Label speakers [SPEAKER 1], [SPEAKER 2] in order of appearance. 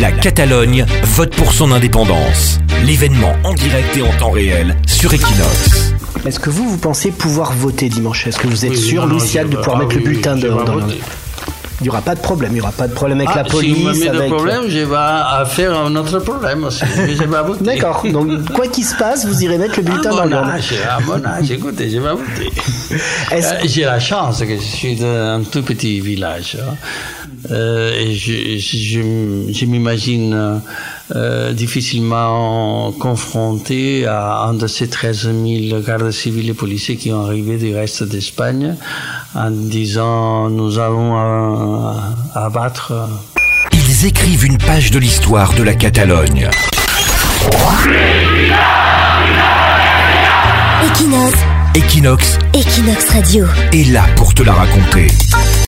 [SPEAKER 1] La Catalogne vote pour son indépendance. L'événement en direct et en temps réel sur Equinox.
[SPEAKER 2] Est-ce que vous, vous pensez pouvoir voter dimanche Est-ce que vous êtes
[SPEAKER 3] Oui,
[SPEAKER 2] sûr,
[SPEAKER 3] non, non,
[SPEAKER 2] Luciade,
[SPEAKER 3] je-
[SPEAKER 2] de pouvoir
[SPEAKER 3] ah
[SPEAKER 2] mettre
[SPEAKER 3] oui,
[SPEAKER 2] le bulletin
[SPEAKER 3] oui, je
[SPEAKER 2] de-
[SPEAKER 3] vais
[SPEAKER 2] dans
[SPEAKER 3] voter.
[SPEAKER 2] Il n'y aura pas de problème, il n'y aura pas de problème avec
[SPEAKER 3] Ah,
[SPEAKER 2] la police.
[SPEAKER 3] Si vous mettez
[SPEAKER 2] avec...
[SPEAKER 3] des problèmes, je vais à faire un autre problème aussi. Je vais pas voter.
[SPEAKER 2] D'accord, donc quoi qu'il se passe, vous irez mettre le
[SPEAKER 3] À
[SPEAKER 2] bulletin dans
[SPEAKER 3] mon
[SPEAKER 2] l'urne.
[SPEAKER 3] âge, à mon âge, écoutez, je vais voter.
[SPEAKER 2] Est-ce-
[SPEAKER 3] Euh, J'ai la chance que je suis d'un tout petit village. hein. Euh, et je, je- je- je m'imagine euh, euh, difficilement confronté à un de ces 13 000 gardes civils et policiers qui ont arrivé du reste d'Espagne en disant nous allons euh, abattre.
[SPEAKER 1] Ils écrivent une page de l'histoire de la Catalogne.
[SPEAKER 4] Equinox,
[SPEAKER 1] Equinox
[SPEAKER 4] Equinox Radio.
[SPEAKER 1] est là pour te la raconter.